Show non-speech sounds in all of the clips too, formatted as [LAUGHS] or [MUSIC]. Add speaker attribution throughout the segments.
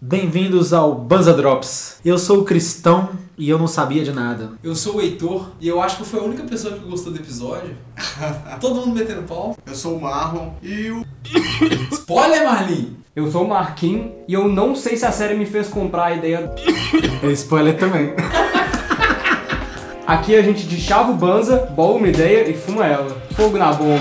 Speaker 1: Bem-vindos ao Banza Drops. Eu sou o Cristão e eu não sabia de nada.
Speaker 2: Eu sou o Heitor e eu acho que eu fui a única pessoa que gostou do
Speaker 3: [LAUGHS]
Speaker 2: episódio. Todo mundo metendo pau.
Speaker 3: Eu sou o Marlon e o.
Speaker 2: [COUGHS] Spoiler, Marlin!
Speaker 4: Eu sou o Marquinhos e eu não sei se a série me fez comprar a ideia.
Speaker 1: É spoiler também.
Speaker 4: Aqui a gente deixava o banza, bola uma ideia e fuma ela. Fogo na bomba.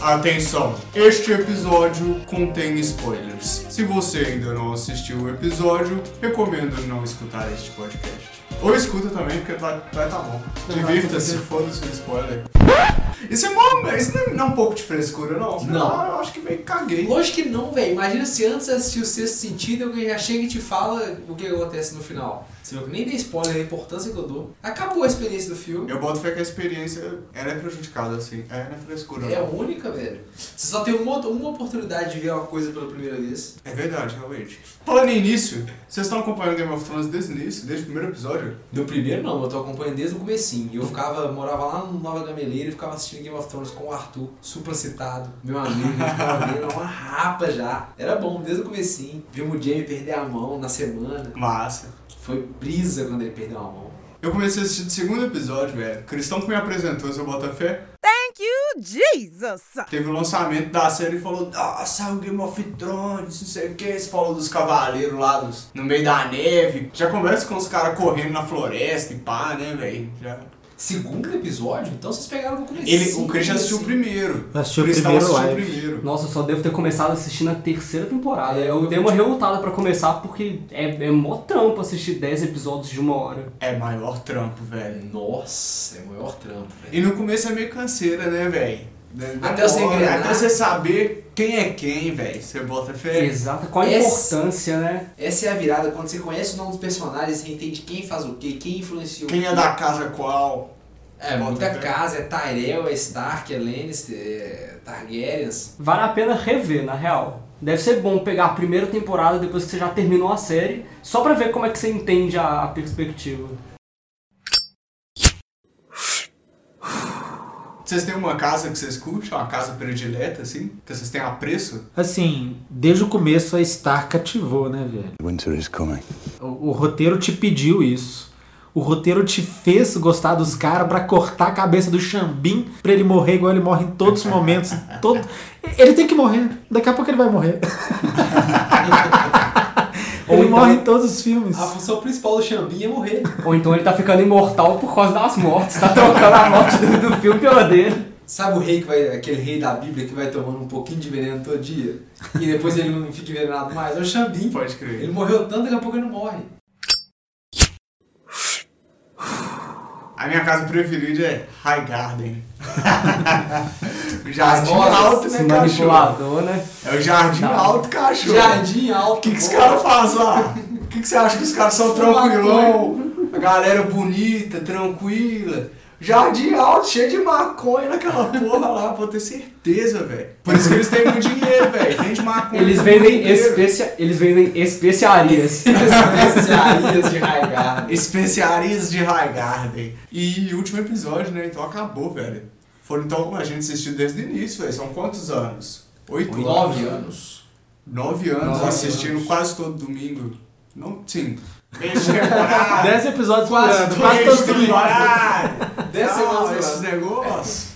Speaker 3: Atenção! Este episódio contém spoilers. Se você ainda não assistiu o episódio, recomendo não escutar este podcast. Ou escuta também, porque vai, vai tá bom. Divirta-se, foda-se o spoiler. [LAUGHS] Isso é bom, isso não é, não é um pouco de frescura, não. Sei
Speaker 2: Não.
Speaker 3: lá, eu acho que meio que caguei.
Speaker 2: Lógico que não, velho. Imagina se antes de assistir o sexto sentido alguém já chega e te fala o que acontece no final. Você viu que nem dei spoiler, a importância que eu dou. Acabou a experiência do filme.
Speaker 3: Eu boto fé que a experiência ela é prejudicada, assim. É, não é frescura,
Speaker 2: É
Speaker 3: não.
Speaker 2: única, velho. Você só tem uma, uma oportunidade de ver uma coisa pela primeira vez.
Speaker 3: É verdade, realmente. Falando em início, vocês estão acompanhando Game of Thrones desde o início, desde o primeiro episódio?
Speaker 2: Do primeiro não, eu tô acompanhando desde o comecinho. Eu ficava, morava lá no Nova Gameleira e ficava assistindo Game of Thrones com o Arthur, supracitado, meu amigo, ficava vendo é uma rapa já. Era bom, desde o comecinho. Vimos o Jamie perder a mão na semana.
Speaker 3: Massa.
Speaker 2: Foi brisa quando ele perdeu a mão.
Speaker 3: Eu comecei a assistir o segundo episódio, velho. Cristão que me apresentou, seu Botafé,
Speaker 5: Thank you, Jesus.
Speaker 3: teve o lançamento da série e falou: Nossa, o Game of Thrones, não sei o que. Você falou dos cavaleiros lá dos, no meio da neve. Já conversa com os caras correndo na floresta e pá, né, velho? Já.
Speaker 2: Segundo episódio? Então vocês pegaram no comecinho.
Speaker 3: Ele, o Christian assistiu o primeiro.
Speaker 1: Eu assisti o
Speaker 3: Cristão
Speaker 1: primeiro
Speaker 3: assistiu
Speaker 1: live.
Speaker 3: o primeiro.
Speaker 4: Nossa, eu só devo ter começado assistindo a terceira temporada. Eu dei uma revoltada pra começar porque é, é mó trampo assistir 10 episódios de uma hora.
Speaker 3: É maior trampo, velho.
Speaker 2: Nossa, é o maior trampo, velho.
Speaker 3: E no começo é meio canseira, né, velho? Da-
Speaker 2: Até você
Speaker 3: da hora,
Speaker 2: engrenar.
Speaker 3: Até você saber quem é quem, velho. Você bota fé.
Speaker 4: Exato, qual a
Speaker 2: Esse-
Speaker 4: importância, né?
Speaker 2: Essa é a virada, quando você conhece o nome dos personagens, você entende quem faz o quê, quem influenciou
Speaker 3: Quem é da casa qual.
Speaker 2: É, muita
Speaker 3: Bota fé.
Speaker 2: casa, é Tyrell, é Stark, é Lannister, é
Speaker 3: [LAUGHS]
Speaker 2: Targaryens.
Speaker 4: Vale a pena rever, na real. Deve ser bom pegar a primeira temporada depois que você já terminou a série, só pra ver como é que você entende a- a perspectiva.
Speaker 3: Vocês têm uma casa que vocês curtem? Uma casa predileta, assim? Que vocês têm apreço?
Speaker 1: Assim, desde o começo a Star cativou, né, velho?
Speaker 6: Winter is coming.
Speaker 1: O, o roteiro te pediu isso. O roteiro te fez gostar dos caras pra cortar a cabeça do Xambim pra ele morrer igual ele morre em todos os [LAUGHS] momentos. Todo... Ele tem que morrer. Daqui a pouco ele vai morrer. [LAUGHS]
Speaker 4: Ou
Speaker 1: ele
Speaker 4: então-
Speaker 1: morre em todos os filmes.
Speaker 2: A função principal do Xambim é morrer.
Speaker 4: Ou então ele tá ficando imortal por causa das mortes, tá trocando a morte do, do filme pela dele.
Speaker 2: Sabe o rei que vai. aquele rei da Bíblia que vai tomando um pouquinho de veneno todo dia? E depois ele não fica envenenado mais? É o Xambim.
Speaker 3: Pode crer.
Speaker 2: Ele morreu tanto, daqui a pouco ele não morre.
Speaker 3: A minha casa preferida é High Garden. [LAUGHS] o jardim
Speaker 2: As rosas,
Speaker 3: alto,
Speaker 4: Esse
Speaker 3: né, cachorro?
Speaker 4: manipulador, né?
Speaker 3: É o jardim
Speaker 4: Tá.
Speaker 3: alto, cachorro.
Speaker 2: Jardim alto.
Speaker 3: O que, que os caras fazem lá? O que, que você acha que os caras são
Speaker 2: Fuma
Speaker 3: tranquilão? A galera bonita, tranquila. Jardim alto, cheio de maconha naquela porra lá, pode ter certeza, velho. Por isso que eles têm muito dinheiro, velho. Vende maconha.
Speaker 4: Eles
Speaker 3: o
Speaker 4: vendem,
Speaker 3: mundo inteiro.
Speaker 4: especia, eles vendem especiarias.
Speaker 2: [LAUGHS] Especiarias de raigar.
Speaker 3: Especiarias de High Garden. E último episódio, né? Então acabou, velho. Foram então a gente assistiu desde o início, velho. São quantos anos? Oito anos?
Speaker 2: Nove anos.
Speaker 3: Nove anos
Speaker 2: Nove
Speaker 3: assistindo
Speaker 2: anos.
Speaker 3: quase todo domingo. Não, sim. Meia temporada.
Speaker 1: 10 episódios por
Speaker 2: Quase
Speaker 1: ano,
Speaker 2: tudo
Speaker 1: quase
Speaker 2: é
Speaker 1: todos os filmes.
Speaker 2: Dez
Speaker 3: Não,
Speaker 2: semanas
Speaker 3: esses
Speaker 2: agora.
Speaker 3: negócios.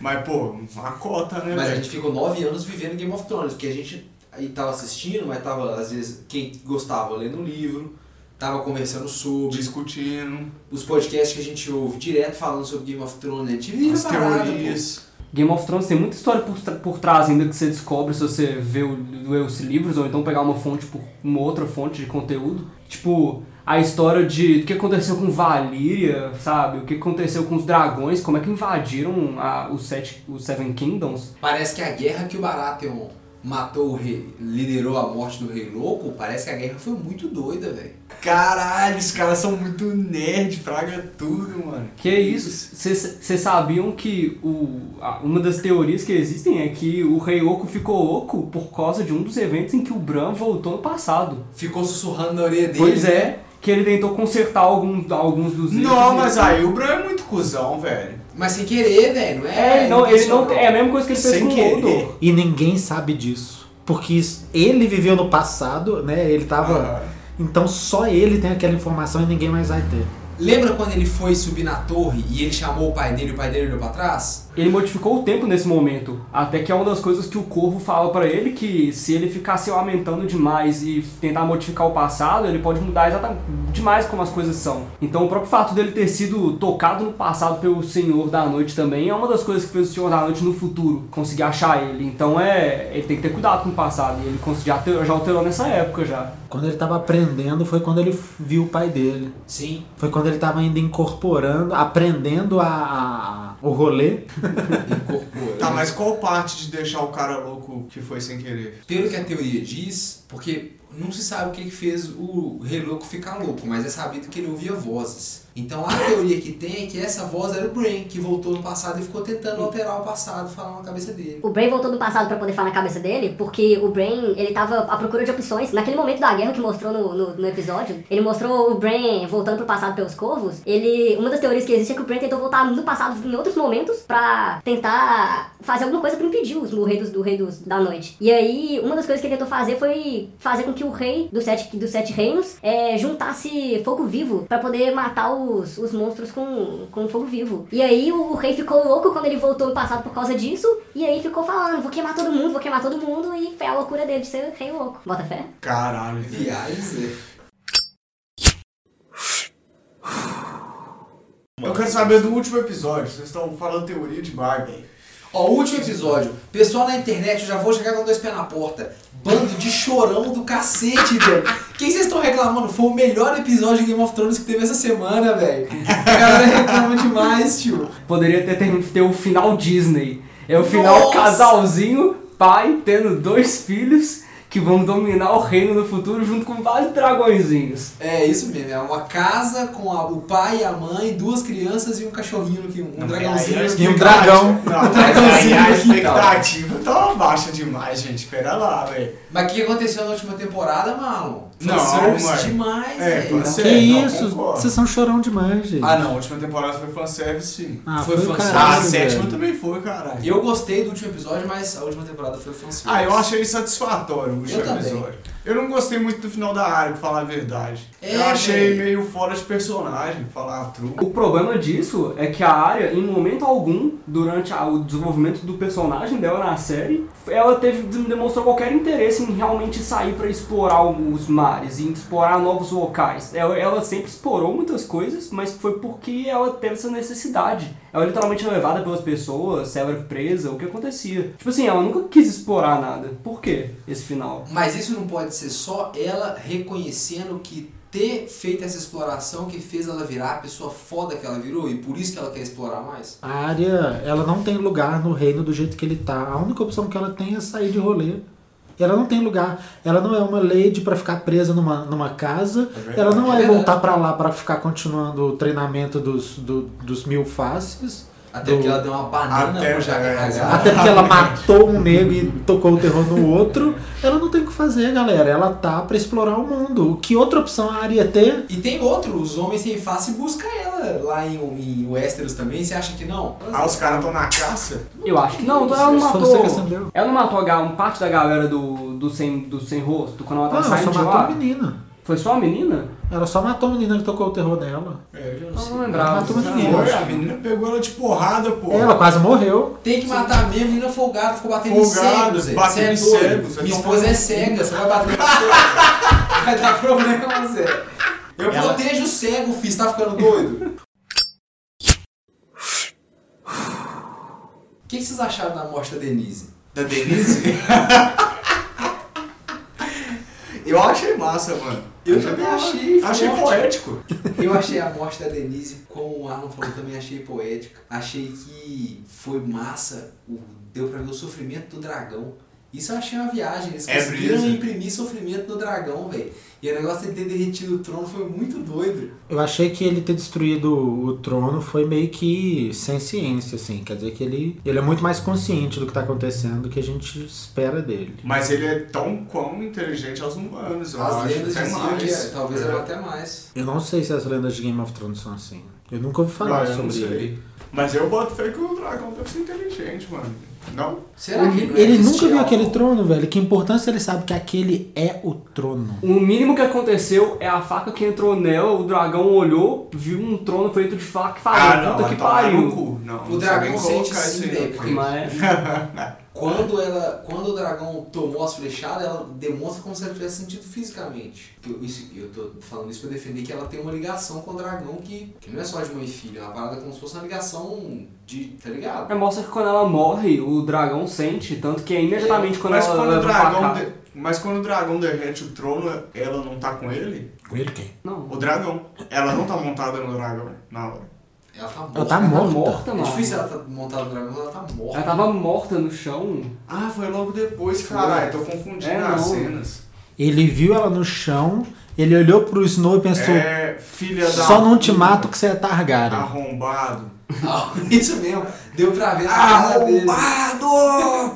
Speaker 3: Mas, pô, uma cota, né?
Speaker 2: Mas a
Speaker 3: velho?
Speaker 2: gente ficou nove anos vivendo Game of Thrones, porque a gente aí tava assistindo, mas tava, às vezes, quem gostava lendo o livro, tava conversando sobre.
Speaker 3: discutindo
Speaker 2: os podcasts que a gente ouve direto falando sobre Game of Thrones, a gente vive
Speaker 3: as
Speaker 2: a parada,
Speaker 3: teorias.
Speaker 4: Game of Thrones tem muita história por, tra- por trás ainda que você descobre se você vê o- lê os livros ou então pegar uma fonte por uma outra fonte de conteúdo. Tipo, a história de o que aconteceu com Valyria, sabe? O que aconteceu com os dragões, como é que invadiram a, os, sete, os Seven Kingdoms.
Speaker 2: pô. Parece que a guerra que o Baratheon matou o rei, liderou a morte do rei louco, parece que a guerra foi muito doida, velho.
Speaker 3: Caralho, os caras são muito nerd, fraga tudo, mano.
Speaker 4: Que é isso? Vocês sabiam que o, a- uma das teorias que existem é que o Rei Oco ficou oco por causa de um dos eventos em que o Bran voltou no passado.
Speaker 2: Ficou sussurrando na orelha dele.
Speaker 4: Pois é, que ele tentou consertar algum, alguns dos erros.
Speaker 3: Não,
Speaker 4: e-
Speaker 3: mas aí o Bran é muito cuzão, velho.
Speaker 2: Mas sem querer, velho, não é?
Speaker 4: É, não, ele não.
Speaker 2: intencional.
Speaker 4: É a mesma coisa que ele fez
Speaker 3: Sem
Speaker 4: com o
Speaker 3: querer.
Speaker 4: Hodor.
Speaker 1: E ninguém sabe disso. Porque isso- ele viveu no passado, né? Ele tava.
Speaker 3: Aham.
Speaker 1: Então só ele tem aquela informação e ninguém mais vai ter.
Speaker 2: Lembra quando ele foi subir na torre e ele chamou o pai dele e o pai dele olhou pra trás?
Speaker 4: Ele modificou o tempo nesse momento. Até que é uma das coisas que o corvo fala pra ele que se ele ficar se lamentando demais e tentar modificar o passado, ele pode mudar exatamente demais como as coisas são. Então o próprio fato dele ter sido tocado no passado pelo Senhor da Noite também é uma das coisas que fez o Senhor da Noite no futuro conseguir achar ele. Então é. Ele tem que ter cuidado com o passado. E ele consegui- já alterou- já alterou nessa época já.
Speaker 1: Quando ele tava aprendendo foi quando ele viu o pai dele.
Speaker 2: Sim.
Speaker 1: Foi quando ele tava ainda incorporando, aprendendo a, a- o rolê.
Speaker 2: Incorporou.
Speaker 3: Tá, mas qual parte de deixar o cara louco que foi sem querer?
Speaker 2: Pelo que a teoria diz, porque não se sabe o que que fez o Rei Louco ficar louco, mas é sabido que ele ouvia vozes. Então a teoria que tem é que essa voz era o Brain, que voltou no passado e ficou tentando alterar o passado, falando na cabeça dele.
Speaker 6: O Bray voltou do passado pra poder falar na cabeça dele, porque o Brain, ele tava à procura de opções. Naquele momento da guerra que mostrou no, no, no episódio, ele mostrou o Brain voltando pro passado pelos corvos. Ele, uma das teorias que existe é que o Brain tentou voltar no passado em outros momentos pra tentar fazer alguma coisa pra impedir os, o rei, dos, do rei dos, da noite. E aí, uma das coisas que ele tentou fazer foi fazer com que o rei dos sete, dos sete reinos é, juntasse fogo vivo pra poder matar os, os monstros com, com fogo vivo. E aí, o, o rei ficou louco quando ele voltou no passado por causa disso. E aí, ficou falando: vou queimar todo mundo, vou queimar todo mundo. E foi a loucura dele de ser rei louco. Bota fé?
Speaker 3: Caralho.
Speaker 2: Viagens, né?
Speaker 3: Eu quero saber do último episódio. Vocês estão falando teoria demais, velho.
Speaker 2: Ó, o último episódio. Pessoal na internet, eu já vou chegar com dois pés na porta. Bando de chorão do cacete, velho. Quem vocês estão reclamando? Foi o melhor episódio de Game of Thrones que teve essa semana, velho. A galera reclama demais, tio.
Speaker 4: Poderia ter, ter, ter o final Disney. É o final
Speaker 2: Nossa!
Speaker 4: casalzinho, pai tendo dois filhos que vão dominar o reino no futuro junto com vários dragõezinhos.
Speaker 2: É isso mesmo, é uma casa com a- o pai, a mãe, duas crianças e um cachorrinho, aqui, um
Speaker 3: é,
Speaker 2: dragãozinho.
Speaker 1: E um dragão.
Speaker 3: Não, mas aí
Speaker 2: Dragãozinho
Speaker 3: a
Speaker 2: no quintal.
Speaker 3: expectativa tava baixa demais, gente. Pera lá, velho.
Speaker 2: Mas o que aconteceu na última temporada, Marlon?
Speaker 3: Não,
Speaker 2: Fanservice
Speaker 3: mãe.
Speaker 2: demais,
Speaker 3: É,
Speaker 2: velho.
Speaker 3: fanservice.
Speaker 1: que
Speaker 3: não,
Speaker 1: isso?
Speaker 3: concordo.
Speaker 1: Vocês são chorão demais, gente.
Speaker 3: Ah, não. A última temporada foi fanservice, sim.
Speaker 1: Ah,
Speaker 2: Foi
Speaker 1: foi, o
Speaker 2: fanservice.
Speaker 1: caralho,
Speaker 3: ah, a sétima
Speaker 1: velho.
Speaker 3: também foi, caralho.
Speaker 2: Eu gostei do último episódio, mas a última temporada foi um fanservice.
Speaker 3: Ah, eu achei satisfatório o último
Speaker 2: Eu também.
Speaker 3: episódio. Eu não gostei muito do final da área, pra falar a verdade.
Speaker 2: É,
Speaker 3: eu achei
Speaker 2: velho.
Speaker 3: meio fora de personagem, falar a truco.
Speaker 4: O problema disso é que a área, em momento algum, durante a- o desenvolvimento do personagem dela na série, ela teve, demonstrou qualquer interesse em realmente sair pra explorar o- os mares, em explorar novos locais. Ela, ela sempre explorou muitas coisas, mas foi porque ela teve essa necessidade. Ela é literalmente era levada pelas pessoas, ela era presa, o que acontecia. Tipo assim, ela nunca quis explorar nada. Por quê esse final?
Speaker 2: Mas isso não pode ser só ela reconhecendo que ter feito essa exploração que fez ela virar a pessoa foda que ela virou e por isso que ela quer explorar mais.
Speaker 1: A área, ela não tem lugar no reino do jeito que ele tá. A única opção que ela tem é sair de rolê. Ela não tem lugar. Ela não é uma lady pra ficar presa numa, numa casa.
Speaker 3: É verdade.
Speaker 1: Ela não
Speaker 2: É
Speaker 1: vai
Speaker 2: verdade.
Speaker 1: voltar pra lá pra ficar continuando o treinamento dos, do- dos mil faces.
Speaker 2: Até porque
Speaker 1: Do-
Speaker 2: ela deu uma banana
Speaker 3: Até
Speaker 2: pro Jack
Speaker 3: é,
Speaker 2: Hagar.
Speaker 1: Até porque ela matou um negro e tocou o terror no outro. Ela não tem o que fazer, galera. Ela tá pra explorar o mundo. Que outra opção a área ter?
Speaker 2: E tem outro, os homens sem face busca ela lá em, em Westeros também. Você acha que não?
Speaker 3: Ah, os caras estão na caça?
Speaker 4: Eu acho que não, então ela não
Speaker 1: Foi você
Speaker 4: matou.
Speaker 1: que é acendeu.
Speaker 4: Ela não matou a ga- um parte da galera do, do, sem, do sem rosto quando ela
Speaker 1: Não,
Speaker 4: tava
Speaker 1: ela
Speaker 4: saindo
Speaker 1: só
Speaker 4: de
Speaker 1: matou
Speaker 4: lá?
Speaker 1: a menina.
Speaker 4: Foi só a menina?
Speaker 1: Ela só matou a menina que tocou o terror nela.
Speaker 3: É, eu já
Speaker 4: Eu não lembrava.
Speaker 1: Matou
Speaker 4: sabe?
Speaker 1: ninguém.
Speaker 3: Foi, a menina pegou ela de porrada, pô.
Speaker 1: Ela quase morreu.
Speaker 2: Tem que matar mesmo, menina folgada, ficou batendo
Speaker 3: Folgada,
Speaker 2: em cegos. Zé.
Speaker 3: batendo em
Speaker 2: Você é doido.
Speaker 3: cegos, você
Speaker 2: Minha
Speaker 3: tá
Speaker 2: esposa é
Speaker 3: falando-
Speaker 2: cega, você vai bater em cego. Vai dar problema, Zé. Eu
Speaker 1: Ela-
Speaker 2: protejo o cego, filho, você tá ficando
Speaker 3: [LAUGHS]
Speaker 2: doido? O que, que vocês acharam da morte da Denise?
Speaker 3: Da Denise? eu achei massa, mano.
Speaker 2: Eu também achei
Speaker 3: Achei
Speaker 2: forte.
Speaker 3: poético.
Speaker 2: Eu achei a morte da Denise, como o Arnon falou, também achei poética. Achei que foi massa, o- deu pra ver o sofrimento do dragão. Isso eu achei uma viagem. Eles
Speaker 3: É
Speaker 2: conseguiram
Speaker 3: brisa.
Speaker 2: imprimir sofrimento no dragão, velho. E o negócio de ter derretido o trono foi muito doido.
Speaker 1: Eu achei que ele ter destruído o trono foi meio que sem ciência, assim. Quer dizer que ele, ele é muito mais consciente do que tá acontecendo do que a gente espera dele.
Speaker 3: Mas ele é tão quão inteligente aos humanos, eu
Speaker 2: As
Speaker 3: acho.
Speaker 2: lendas
Speaker 3: até
Speaker 2: diziam que
Speaker 3: mais.
Speaker 2: é, talvez
Speaker 3: É.
Speaker 2: era até mais.
Speaker 1: Eu não sei se as lendas de Game of Thrones são assim. Eu nunca ouvi falar
Speaker 3: Não, É, eu não
Speaker 1: sobre
Speaker 3: sei.
Speaker 1: ele.
Speaker 3: Mas eu boto fé que o dragão deve ser inteligente, mano. Não?
Speaker 2: Será que não é
Speaker 1: Ele
Speaker 2: existia
Speaker 1: nunca viu
Speaker 2: algo?
Speaker 1: aquele trono, velho. Que importância ele sabe que aquele é o trono.
Speaker 4: O mínimo que aconteceu é a faca que entrou nela, o dragão olhou, viu um trono feito de faca e falou, puta que
Speaker 3: Ah, vai tomar no
Speaker 4: pariu.
Speaker 3: cu. Não,
Speaker 2: O
Speaker 3: não sabe
Speaker 2: dragão
Speaker 3: nem
Speaker 2: sente
Speaker 3: colocar
Speaker 2: sim,
Speaker 3: isso aí na
Speaker 2: velho.
Speaker 3: frente.
Speaker 4: Mas é,
Speaker 2: Quando, ela, quando o dragão tomou as flechadas, ela demonstra como se ela tivesse sentido fisicamente. Eu, isso, eu tô falando isso pra defender que ela tem uma ligação com o dragão que, que não é só de mãe e filha, é uma parada como se fosse uma ligação de. tá ligado?
Speaker 4: é, mostra que quando ela morre, o dragão sente, tanto que é imediatamente quando
Speaker 3: Mas
Speaker 4: ela
Speaker 3: quando, o
Speaker 4: leva a
Speaker 3: dragão
Speaker 4: facada.
Speaker 3: de- mas quando o dragão derrete o trono, ela não tá com ele?
Speaker 1: Com ele quem?
Speaker 4: Não.
Speaker 3: O dragão. Ela não tá montada no dragão na hora.
Speaker 2: Ela tá morta.
Speaker 1: Ela tá
Speaker 4: Ela tá
Speaker 1: morta.
Speaker 4: morta,
Speaker 2: É
Speaker 4: mano.
Speaker 2: difícil ela tá montar no dragão, mas ela tá morta. [LAUGHS]
Speaker 4: Ela tava morta no chão.
Speaker 3: Ah, foi logo depois, caralho. Tô confundindo
Speaker 4: É,
Speaker 3: as
Speaker 4: não.
Speaker 3: cenas.
Speaker 1: Ele viu ela no chão, ele olhou pro Snow e pensou:
Speaker 3: É, filha da.
Speaker 1: só não te
Speaker 3: puta,
Speaker 1: mato que você é Targaryen.
Speaker 3: Arrombado.
Speaker 2: Ah, isso mesmo. Deu pra ver na
Speaker 4: Ah,
Speaker 2: cara dele.
Speaker 3: Arrombado!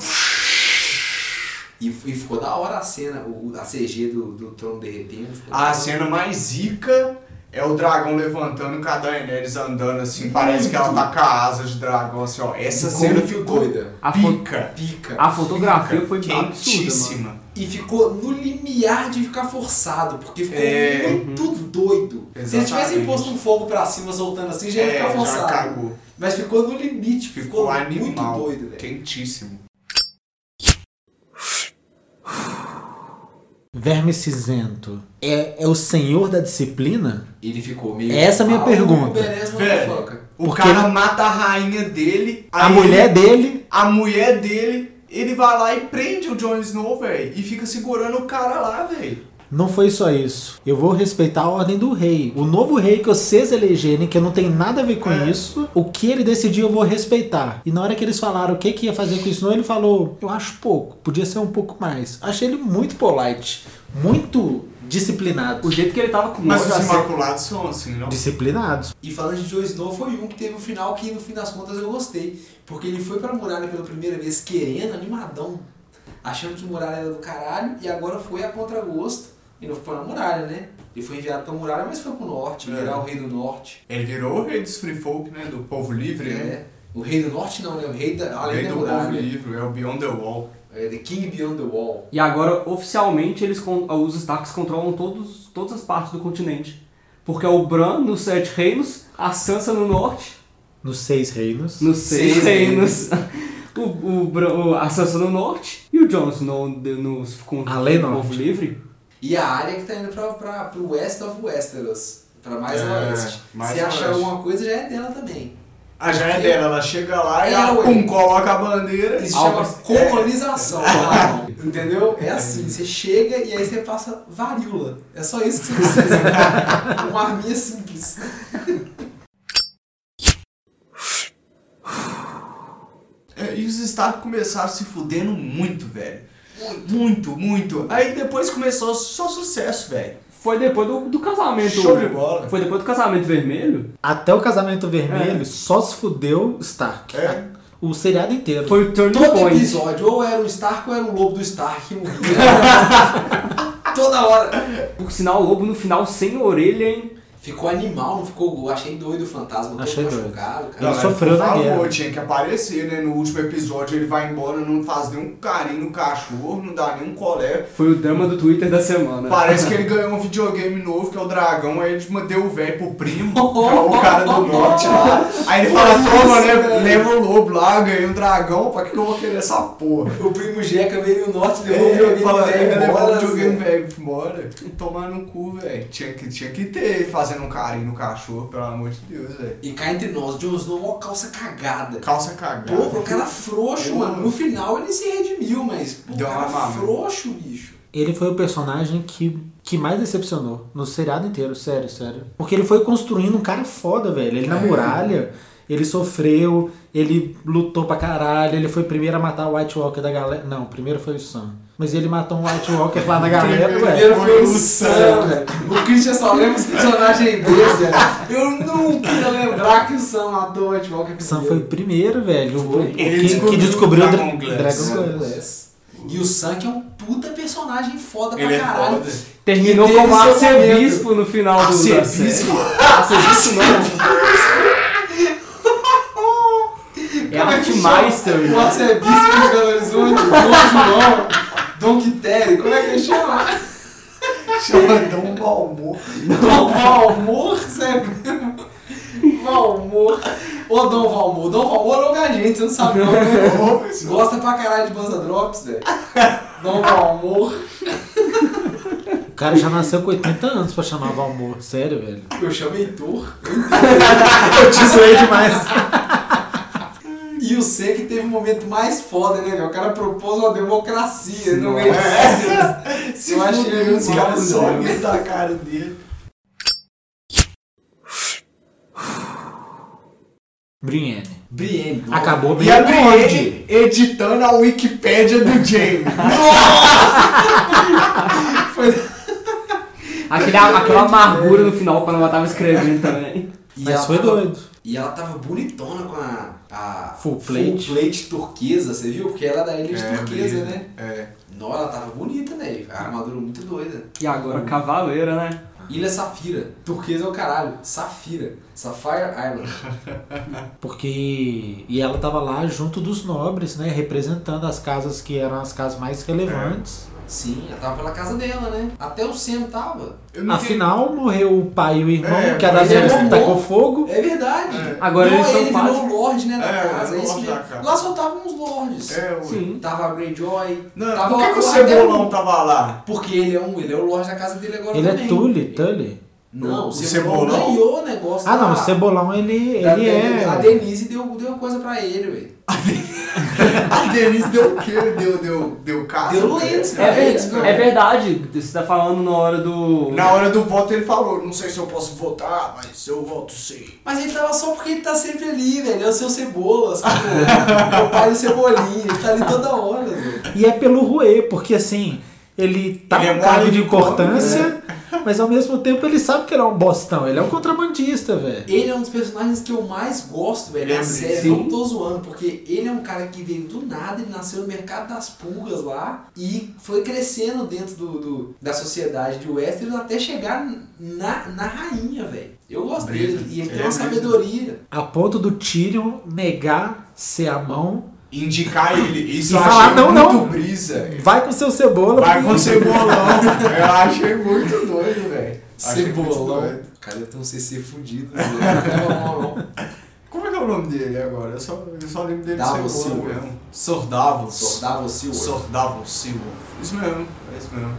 Speaker 2: E, f- e ficou da hora a cena, o, a CG do, do trono derretendo.
Speaker 4: Ah,
Speaker 2: ficou da
Speaker 3: A
Speaker 2: hora.
Speaker 3: cena mais zica é o dragão levantando com a Daenerys andando assim, parece que ela tá com a asa de dragão, assim, ó. Essa
Speaker 2: Ficou
Speaker 3: cena
Speaker 2: muito
Speaker 3: ficou
Speaker 2: doida.
Speaker 4: A fo-
Speaker 3: pica.
Speaker 2: Pica.
Speaker 4: A fotografia foi absurda, mano.
Speaker 3: Quentíssima.
Speaker 2: E ficou no limiar de ficar forçado, porque ficou
Speaker 3: É.
Speaker 2: muito doido. Se eles tivessem
Speaker 3: Exatamente.
Speaker 2: posto um fogo pra cima soltando assim, já ia
Speaker 3: É,
Speaker 2: ficar
Speaker 3: já
Speaker 2: forçado.
Speaker 3: cagou.
Speaker 2: Mas ficou no limite, ficou,
Speaker 3: Ficou
Speaker 2: muito
Speaker 3: animal.
Speaker 2: doido, velho.
Speaker 3: Quentíssimo.
Speaker 1: Verme cinzento é, é o senhor da disciplina?
Speaker 2: Ele ficou meio.
Speaker 1: Essa é a minha
Speaker 2: maluco,
Speaker 1: pergunta.
Speaker 2: Beres,
Speaker 3: Velho.
Speaker 2: motherfucker.
Speaker 3: O
Speaker 1: Porque
Speaker 3: cara mata a rainha dele,
Speaker 1: A
Speaker 3: aí
Speaker 1: mulher
Speaker 3: ele-
Speaker 1: dele.
Speaker 3: a mulher dele, ele vai lá e prende o Jon Snow, velho, e fica segurando o cara lá, velho.
Speaker 1: Não foi só isso. Eu vou respeitar a ordem do rei. O novo rei que vocês elegerem, que eu não tenho nada a ver com
Speaker 3: É.
Speaker 1: isso, o que ele decidir eu vou respeitar. E na hora que eles falaram o que, que ia fazer com isso, não, ele falou: eu acho pouco, podia ser um pouco mais. Achei ele muito polite, muito disciplinado.
Speaker 4: O jeito que ele tava com
Speaker 3: Mas
Speaker 4: ódio,
Speaker 3: os
Speaker 4: assim,
Speaker 3: Imaculados são assim, não?
Speaker 1: Disciplinados.
Speaker 2: E falando de Jon Snow, foi um que teve um final que no fim das contas eu gostei. Porque ele foi pra muralha pela primeira vez querendo, animadão. Achando que muralha era do caralho e agora foi a contragosto. E não foi na muralha, né? Ele foi enviado pra muralha, mas foi pro norte,
Speaker 3: É.
Speaker 2: virar o rei do norte.
Speaker 3: Ele virou o rei dos free folk, né, do povo livre, né?
Speaker 2: É. O rei do norte não, né? O rei da,
Speaker 3: O
Speaker 2: além
Speaker 3: rei
Speaker 2: da
Speaker 3: do povo
Speaker 2: muralha.
Speaker 3: livre, é o Beyond the Wall.
Speaker 2: É, The King Beyond the Wall.
Speaker 4: E agora, oficialmente, eles con- os Starks controlam todos, todas as partes do continente. Porque é o Bran nos Sete Reinos, a Sansa no Norte,
Speaker 1: Nos seis reinos.
Speaker 4: nos Seis,
Speaker 2: Seis
Speaker 4: Reinos, [LAUGHS] o, o Bran- o- a Sansa no Norte e o Jon Snow de- nos com
Speaker 1: Além
Speaker 4: com o Povo
Speaker 1: Norte.
Speaker 4: Livre.
Speaker 2: E a área que tá indo pra, pra, pro West of Westeros. Pra mais
Speaker 3: É,
Speaker 2: a oeste.
Speaker 3: mais
Speaker 2: Se
Speaker 3: a
Speaker 2: achar
Speaker 3: oeste.
Speaker 2: alguma coisa, já é dela também.
Speaker 3: A já é dela, ela chega lá e
Speaker 2: É,
Speaker 3: ela,
Speaker 2: ué.
Speaker 3: pum, coloca a bandeira.
Speaker 2: Isso é
Speaker 4: Algo
Speaker 2: chama
Speaker 3: é. [LAUGHS]
Speaker 2: colonização, Marlon. entendeu? É assim, você chega e aí você passa varíola. É só isso que você precisa. né?
Speaker 3: [LAUGHS]
Speaker 2: Uma arminha simples.
Speaker 3: É, e os Stark começaram se fudendo muito, velho. Muito, muito. Aí depois começou só sucesso, velho.
Speaker 4: Foi depois do, do casamento.
Speaker 3: Show de bola.
Speaker 4: Foi depois do casamento vermelho.
Speaker 1: Até o casamento vermelho só se fudeu Stark.
Speaker 3: É.
Speaker 1: O seriado inteiro.
Speaker 4: Foi o turning
Speaker 2: Todo
Speaker 4: point.
Speaker 2: episódio, ou era o Stark ou era o lobo do Stark que morria. [LAUGHS] Toda hora.
Speaker 4: Por sinal, o lobo no final sem orelha, hein?
Speaker 2: Ficou animal, não ficou? Eu achei doido o fantasma, todo
Speaker 1: Achei doido.
Speaker 2: machucado,
Speaker 1: Ele
Speaker 2: cara.
Speaker 3: mas
Speaker 1: sofreu
Speaker 3: por
Speaker 1: na
Speaker 3: favor,
Speaker 1: guerra.
Speaker 3: tinha que aparecer, né? No último episódio ele vai embora, não faz nenhum carinho no cachorro, não dá nenhum colé.
Speaker 4: Foi o drama do Twitter da semana.
Speaker 3: Parece que ele ganhou um videogame novo, que é o dragão, aí ele mandou o velho pro primo, que é o cara do norte lá. Aí ele fala, toma,
Speaker 2: Isso,
Speaker 3: leva,
Speaker 2: velho.
Speaker 3: leva o lobo lá, ganhei um dragão, pra que que eu vou querer essa porra?
Speaker 2: O primo Jeca veio do norte, levou o
Speaker 3: Ele
Speaker 2: videogame
Speaker 3: É, fala,
Speaker 2: velho
Speaker 3: ele
Speaker 2: embora,
Speaker 3: levou o videogame
Speaker 2: assim.
Speaker 3: velho embora. Tomar no cu, velho. Tinha que, tinha que ter fazendo um carinho no cachorro, pelo amor de Deus, velho.
Speaker 2: E cá entre nós, Jon Snow, uma calça cagada.
Speaker 3: Calça cagada.
Speaker 2: Pô, o
Speaker 3: [LAUGHS]
Speaker 2: cara frouxo,
Speaker 3: Pô.
Speaker 2: mano. No final ele se redimiu, mas. Pô,
Speaker 3: Deu
Speaker 2: cara
Speaker 3: uma mama.
Speaker 2: frouxo, bicho.
Speaker 1: Ele foi o personagem que, que mais decepcionou no seriado inteiro, sério, sério. Porque ele foi construindo um cara foda, velho. Ele na muralha, Ele sofreu, ele lutou pra caralho, ele foi o primeiro a matar o White Walker da galera. Não, o primeiro foi o Sam. Mas ele matou um White Walker lá na galera, ué.
Speaker 2: Primeiro foi o Sam, velho. né? O Christian só lembra os personagens desse, velho. Eu nunca ia lembrar que o Sam matou o White Walker
Speaker 1: O Sam foi o primeiro, velho. O- o
Speaker 3: Ele
Speaker 1: que,
Speaker 3: descobriu
Speaker 1: que descobriu o Dra-
Speaker 3: Dragon Glass.
Speaker 1: Dragon Glass.
Speaker 2: Glass. E o Sam que é um puta personagem foda pra
Speaker 3: Ele é
Speaker 2: caralho.
Speaker 3: foda.
Speaker 4: Terminou
Speaker 2: Ele teve
Speaker 4: como
Speaker 2: seu
Speaker 4: arcebispo no final do da série.
Speaker 2: Arcebispo?
Speaker 4: Arcebispo não. né? É
Speaker 2: Como que
Speaker 4: Artmeister.
Speaker 2: chama? O arcebispo de Belo Horizonte, Dom João, Dom Quitério, como é que ele chama?
Speaker 3: Chama um Dom Balmor.
Speaker 2: Dom Valmor, sério mesmo? Valmor. Ô Dom Valmor, Dom Valmor ouve a gente, você não sabe [LAUGHS] não. né? Gosta pra caralho de Banza Drops, velho. Dom Valmor.
Speaker 1: O cara já nasceu com 80 anos pra chamar Valmor. Sério, velho.
Speaker 2: Eu chamo Heitor.
Speaker 1: Eu te zoei demais.
Speaker 2: E o C que teve o momento mais foda, né, velho? O cara propôs uma democracia no meio
Speaker 3: Se
Speaker 2: Eu achei
Speaker 3: fudeu,
Speaker 2: ele
Speaker 3: os
Speaker 2: um
Speaker 3: caras
Speaker 2: maluco.
Speaker 3: olham da cara dele.
Speaker 1: Brienne.
Speaker 2: Brienne. Dom
Speaker 1: Acabou a
Speaker 3: E a
Speaker 1: Brienne. Onde?
Speaker 3: Brienne é editando a Wikipédia do Jamie.
Speaker 4: Aquele, aquela amargura no final quando ela tava escrevendo também.
Speaker 2: E
Speaker 1: Mas
Speaker 2: ela
Speaker 1: foi
Speaker 2: tava-
Speaker 1: doido.
Speaker 2: E ela tava bonitona com a, a
Speaker 1: Full plate.
Speaker 2: full plate turquesa, você viu? Porque ela é da ilha de
Speaker 3: É,
Speaker 2: turquesa,
Speaker 3: beleza.
Speaker 2: né?
Speaker 3: É.
Speaker 2: Nossa, ela tava bonita, velho. A armadura muito doida.
Speaker 4: E agora Cavaleira, né?
Speaker 3: Ah.
Speaker 2: Ilha Safira. Turquesa é o caralho. Safira. Sapphire Island.
Speaker 1: Porque. E ela tava lá junto dos nobres, né? Representando as casas que eram as casas mais relevantes.
Speaker 2: É. Sim, ela tava pela casa dela, né? Até o Sam tava.
Speaker 3: Eu não entendi.
Speaker 1: Afinal, morreu o pai e o irmão,
Speaker 3: É,
Speaker 1: que a
Speaker 2: mas
Speaker 1: Daenerys
Speaker 2: ele é
Speaker 1: tacou
Speaker 2: bom.
Speaker 1: fogo.
Speaker 2: É verdade.
Speaker 3: É.
Speaker 4: Agora
Speaker 2: Não,
Speaker 4: eles são
Speaker 2: ele
Speaker 4: quase-
Speaker 2: virou o Lorde, né? Da
Speaker 3: É,
Speaker 2: casa.
Speaker 3: é
Speaker 2: É isso
Speaker 3: lorde da
Speaker 2: mesmo.
Speaker 3: casa.
Speaker 2: Lá só estavam os Lordes.
Speaker 3: É, ué.
Speaker 4: Sim.
Speaker 2: Tava a Greyjoy.
Speaker 3: Não,
Speaker 2: tava um-
Speaker 3: por que, que o
Speaker 2: até
Speaker 3: Cebolão tava lá? [LAUGHS]
Speaker 2: Porque ele é um, ele é o Lorde da casa dele agora
Speaker 1: Ele
Speaker 2: também.
Speaker 1: é Tully, Tully.
Speaker 2: Não,
Speaker 3: O
Speaker 2: o Cebolão
Speaker 3: Cebolão?
Speaker 2: ganhou o negócio.
Speaker 1: Ah, não, o
Speaker 2: da-
Speaker 1: Cebolão, ele,
Speaker 2: da
Speaker 1: ele
Speaker 2: Den-
Speaker 1: é.
Speaker 2: Tá A Denise deu, deu coisa pra ele, velho.
Speaker 3: A Denise deu o quê? Deu, deu, deu casa?
Speaker 2: Deu
Speaker 3: velho?
Speaker 2: lentes,
Speaker 4: É,
Speaker 2: É
Speaker 4: ver-
Speaker 2: isso,
Speaker 4: é verdade, você tá falando na hora do.
Speaker 3: Na hora do voto ele falou, não sei se eu posso votar, mas eu voto sim.
Speaker 2: Mas ele tava só porque ele tá sempre ali, velho. É o seu Cebolas, pô. Meu pai é o Cebolinha. Ele tá ali toda hora, velho.
Speaker 1: E é pelo Ruê, porque assim, ele tá
Speaker 3: Ele é
Speaker 1: um cargo
Speaker 3: mole
Speaker 1: de
Speaker 3: de couro,
Speaker 1: importância, [LAUGHS] mas ao mesmo tempo ele sabe que ele é um bostão, ele é um contrabandista, velho.
Speaker 2: Ele é um dos personagens que eu mais gosto, velho.
Speaker 3: Lembra
Speaker 2: Na série,
Speaker 4: disso?
Speaker 2: não tô zoando, porque ele é um cara que veio do nada, ele nasceu no mercado das pulgas lá e foi crescendo dentro do, do- da sociedade de Westeros até chegar na, na rainha, velho. Eu gosto
Speaker 3: Brisa.
Speaker 2: dele. E ele
Speaker 3: Ele
Speaker 2: tem
Speaker 3: é
Speaker 2: uma
Speaker 3: brisa.
Speaker 2: sabedoria.
Speaker 1: A ponto do Tyrion negar ser a mão. [LAUGHS]
Speaker 3: Indicar ele, isso
Speaker 1: E
Speaker 3: eu
Speaker 1: falar,
Speaker 3: achei
Speaker 1: "Não,
Speaker 3: muito
Speaker 1: não."
Speaker 3: brisa.
Speaker 1: Vai com seu cebola.
Speaker 3: Vai com o
Speaker 1: porque- [LAUGHS]
Speaker 3: Cebolão. Eu achei muito doido, velho. Achei muito
Speaker 2: Cebolão.
Speaker 3: doido.
Speaker 2: Cara, eu tenho um CC
Speaker 1: [LAUGHS]
Speaker 2: fudido. velho. Não, não, não.
Speaker 3: né? Como é que é o nome dele agora? Eu só, eu só lembro dele de
Speaker 2: Davos
Speaker 3: Cebolão
Speaker 2: Silva.
Speaker 3: mesmo. Sordavos.
Speaker 2: Sordava o Silver.
Speaker 3: Sordavos Silva. Isso mesmo, é isso mesmo.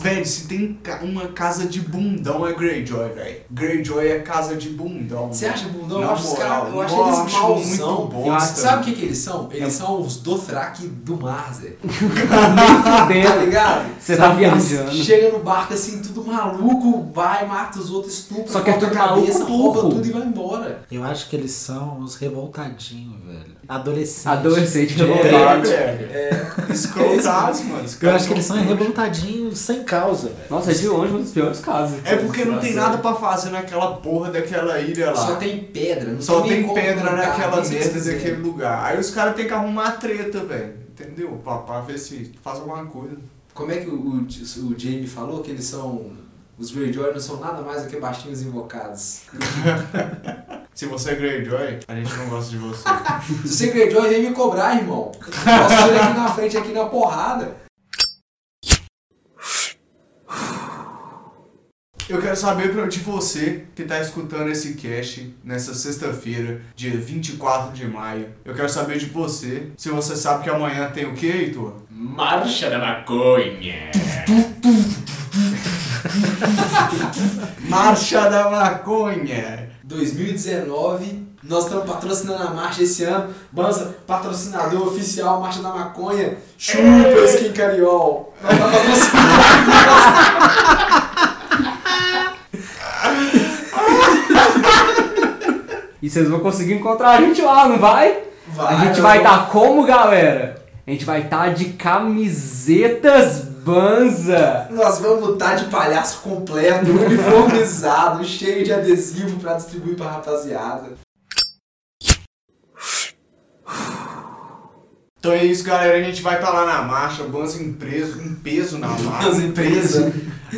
Speaker 3: Velho, se tem ca- uma casa de bundão é Greyjoy, velho. Greyjoy é casa de bundão.
Speaker 2: Você acha bundão?
Speaker 3: Na
Speaker 2: eu acho os
Speaker 3: moral,
Speaker 2: caras, eu acho
Speaker 3: eu
Speaker 2: eles
Speaker 3: acho
Speaker 2: malzão.
Speaker 3: muito
Speaker 2: Eu acho-
Speaker 3: bosta.
Speaker 2: Sabe É. o que que eles são? Eles são os Dothraki do mar, [LAUGHS] Zé.
Speaker 4: Nem
Speaker 2: Tá
Speaker 4: fudendo.
Speaker 2: ligado?
Speaker 4: Você tá
Speaker 2: Sabe, eles
Speaker 4: viajando.
Speaker 2: Chega no barco assim, tudo maluco, vai, mata os outros, estupra,
Speaker 4: Só que é
Speaker 2: corta
Speaker 4: tudo
Speaker 2: a cabeça,
Speaker 4: maluco
Speaker 2: rouba
Speaker 4: burro.
Speaker 2: tudo e vai embora.
Speaker 1: Eu acho que eles são os revoltadinhos, velho. Adolescente. É.
Speaker 4: Adolescente
Speaker 1: De
Speaker 4: revoltado.
Speaker 1: treta.
Speaker 2: é
Speaker 3: Greyjoy, velho. É. Escrotados, mano.
Speaker 1: Eu
Speaker 3: Escrotados.
Speaker 1: acho que eles são revoltadinhos sem causa, velho.
Speaker 4: Nossa, é de longe um dos piores casos.
Speaker 3: É porque não tem nada pra fazer naquela porra daquela ilha lá.
Speaker 2: Só tem pedra. Não
Speaker 3: Só
Speaker 2: nem
Speaker 3: tem
Speaker 2: como assim.
Speaker 3: pedra
Speaker 2: plantar,
Speaker 3: naquela
Speaker 2: nem se
Speaker 3: merda
Speaker 2: quiser.
Speaker 3: daquele lugar. Aí os caras têm que arrumar a treta, velho. Entendeu? Pra, pra ver se faz alguma coisa.
Speaker 2: Como é que o, o, o Jamie falou que eles são... Os Greyjoy não são nada mais do que baixinhos invocados.
Speaker 3: Se você é Greyjoy, a gente não gosta de você.
Speaker 2: Se você é Greyjoy, vem me cobrar, irmão. Eu Posso tirar aqui na frente, aqui na porrada.
Speaker 3: Eu quero saber pra- de você que tá escutando esse cast nessa sexta-feira, dia 24 de maio. Eu quero saber de você se você sabe que amanhã tem o que, Heitor?
Speaker 7: Marcha da Maconha.
Speaker 3: [LAUGHS] Marcha da Maconha!
Speaker 2: 2019, nós estamos patrocinando a marcha esse ano. Banza, patrocinador oficial, Marcha da Maconha. Chupa, Skin Cariol. Nós tá patrocinando.
Speaker 4: E vocês vão conseguir encontrar a gente lá, não vai?
Speaker 2: Vai,
Speaker 4: a gente
Speaker 2: eu-
Speaker 4: vai tá- estar como, galera? A gente vai estar de camisetas banza.
Speaker 2: Nós vamos lutar de palhaço completo, uniformizado, [LAUGHS] cheio de adesivo pra distribuir pra rapaziada.
Speaker 3: Então é isso, galera. A gente vai estar lá na marcha, Bans em preso, em peso na marcha.
Speaker 2: Bans em preso.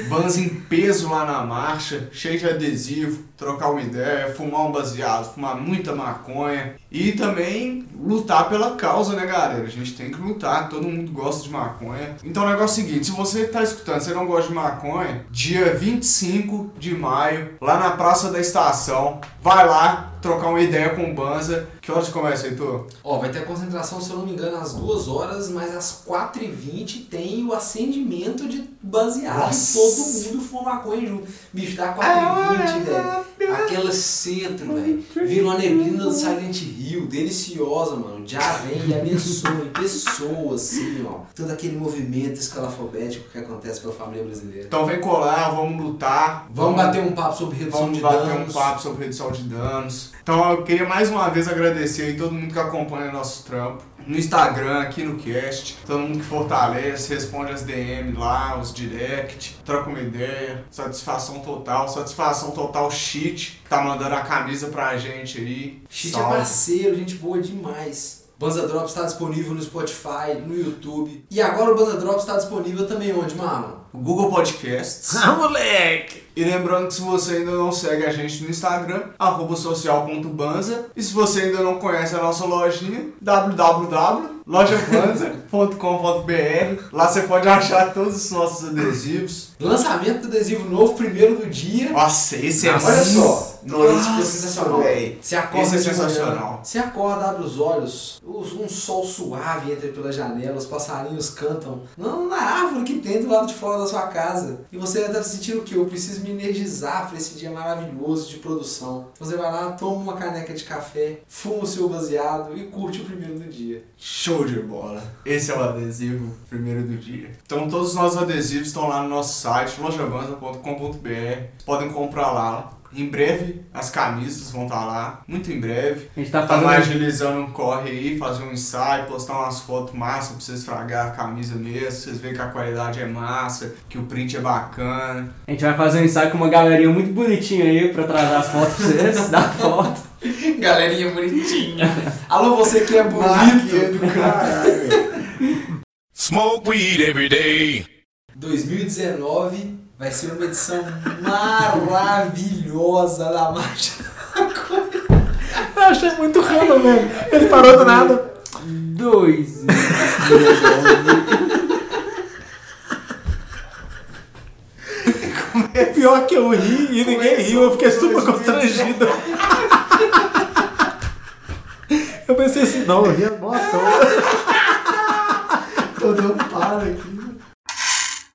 Speaker 3: Bans em peso lá na marcha, cheio de adesivo, trocar uma ideia, fumar um baseado, fumar muita maconha e também lutar pela causa, né, galera? A gente tem que lutar, todo mundo gosta de maconha. Então o negócio é o seguinte, se você tá escutando, você não gosta de maconha, dia 25 de maio, lá na Praça da Estação, vai lá trocar uma ideia com o Banza. Que horas começa, Heitor?
Speaker 2: Ó, vai ter a concentração, se eu não me engano, às 2 horas, mas às 4h20 tem o acendimento de baseado
Speaker 3: Nossa. Ah,
Speaker 2: e todo mundo fuma maconha junto. Bicho, dá 4h20, velho. Aquela centro, velho. Vira uma neblina do Silent Hill, deliciosa, mano. Já vem e abençoa
Speaker 3: [LAUGHS]
Speaker 2: em pessoa, assim, ó. Todo aquele movimento escalafobético que acontece pela família brasileira.
Speaker 3: Então vem colar, vamos lutar.
Speaker 2: Vamos bater um papo sobre redução
Speaker 3: Vamos
Speaker 2: de
Speaker 3: bater
Speaker 2: danos.
Speaker 3: um papo sobre redução de danos. Então eu queria mais uma vez agradecer aí todo mundo que acompanha nosso trampo. No Instagram, aqui no cast, todo mundo que fortalece, responde as DM lá, os direct, troca uma ideia, satisfação total, satisfação total shit, tá mandando a camisa pra gente aí.
Speaker 2: Chit é
Speaker 3: Salve.
Speaker 2: parceiro, gente boa demais. Banza Drops está disponível no Spotify, no YouTube. E agora o Banza Drops está disponível também onde, mano?
Speaker 3: Google Podcasts.
Speaker 1: Ah, moleque!
Speaker 3: E lembrando que se você ainda não segue a gente no Instagram, arroba social.banza. E se você ainda não conhece a nossa lojinha, www.lojabanza.com.br. Lá você pode achar todos os nossos adesivos.
Speaker 2: Lançamento do adesivo novo, primeiro do dia.
Speaker 3: Nossa, esse é
Speaker 2: Olha só.
Speaker 3: Nossa,
Speaker 2: Nossa,
Speaker 3: esse é sensacional.
Speaker 2: velho. Você acorda
Speaker 3: Esse é
Speaker 2: de manhã,
Speaker 3: sensacional.
Speaker 2: Você acorda, abre os olhos, os- um sol suave entra pelas janelas, os passarinhos cantam. Não, na árvore que tem do lado de fora da sua casa. E você deve sentir o quê? Eu preciso me energizar para esse dia maravilhoso de produção. Você vai lá, toma uma caneca de café, fuma o seu baseado e curte o primeiro do dia.
Speaker 3: Show de bola. Esse é o adesivo primeiro do dia. Então todos os nossos adesivos estão lá no nosso site, lojabanza.com.br. Podem comprar lá. Em breve as camisas vão estar lá, muito em breve.
Speaker 4: A gente tá
Speaker 3: Tá
Speaker 4: fazendo
Speaker 3: mais agilizando um corre aí, fazer um ensaio, postar umas fotos massa pra vocês esfragar a camisa mesmo, vocês verem que a qualidade é massa, que o print é bacana.
Speaker 4: A gente vai fazer um ensaio com uma galerinha muito bonitinha aí pra trazer as fotos pra vocês, [LAUGHS] dar foto.
Speaker 2: [LAUGHS] Galerinha bonitinha. Alô, você que é
Speaker 3: Bonito
Speaker 2: bonito.
Speaker 3: do caralho.
Speaker 7: Smoke weed every day.
Speaker 2: 2019 vai ser uma edição maravilhosa da Marcha da Maconha.
Speaker 1: Eu achei muito random, velho. Ele parou do nada.
Speaker 4: Dois.
Speaker 1: [LAUGHS] É Pior que eu ri e ninguém riu, eu fiquei super constrangido. [LAUGHS] Eu pensei assim, não, eu ri à mó toa.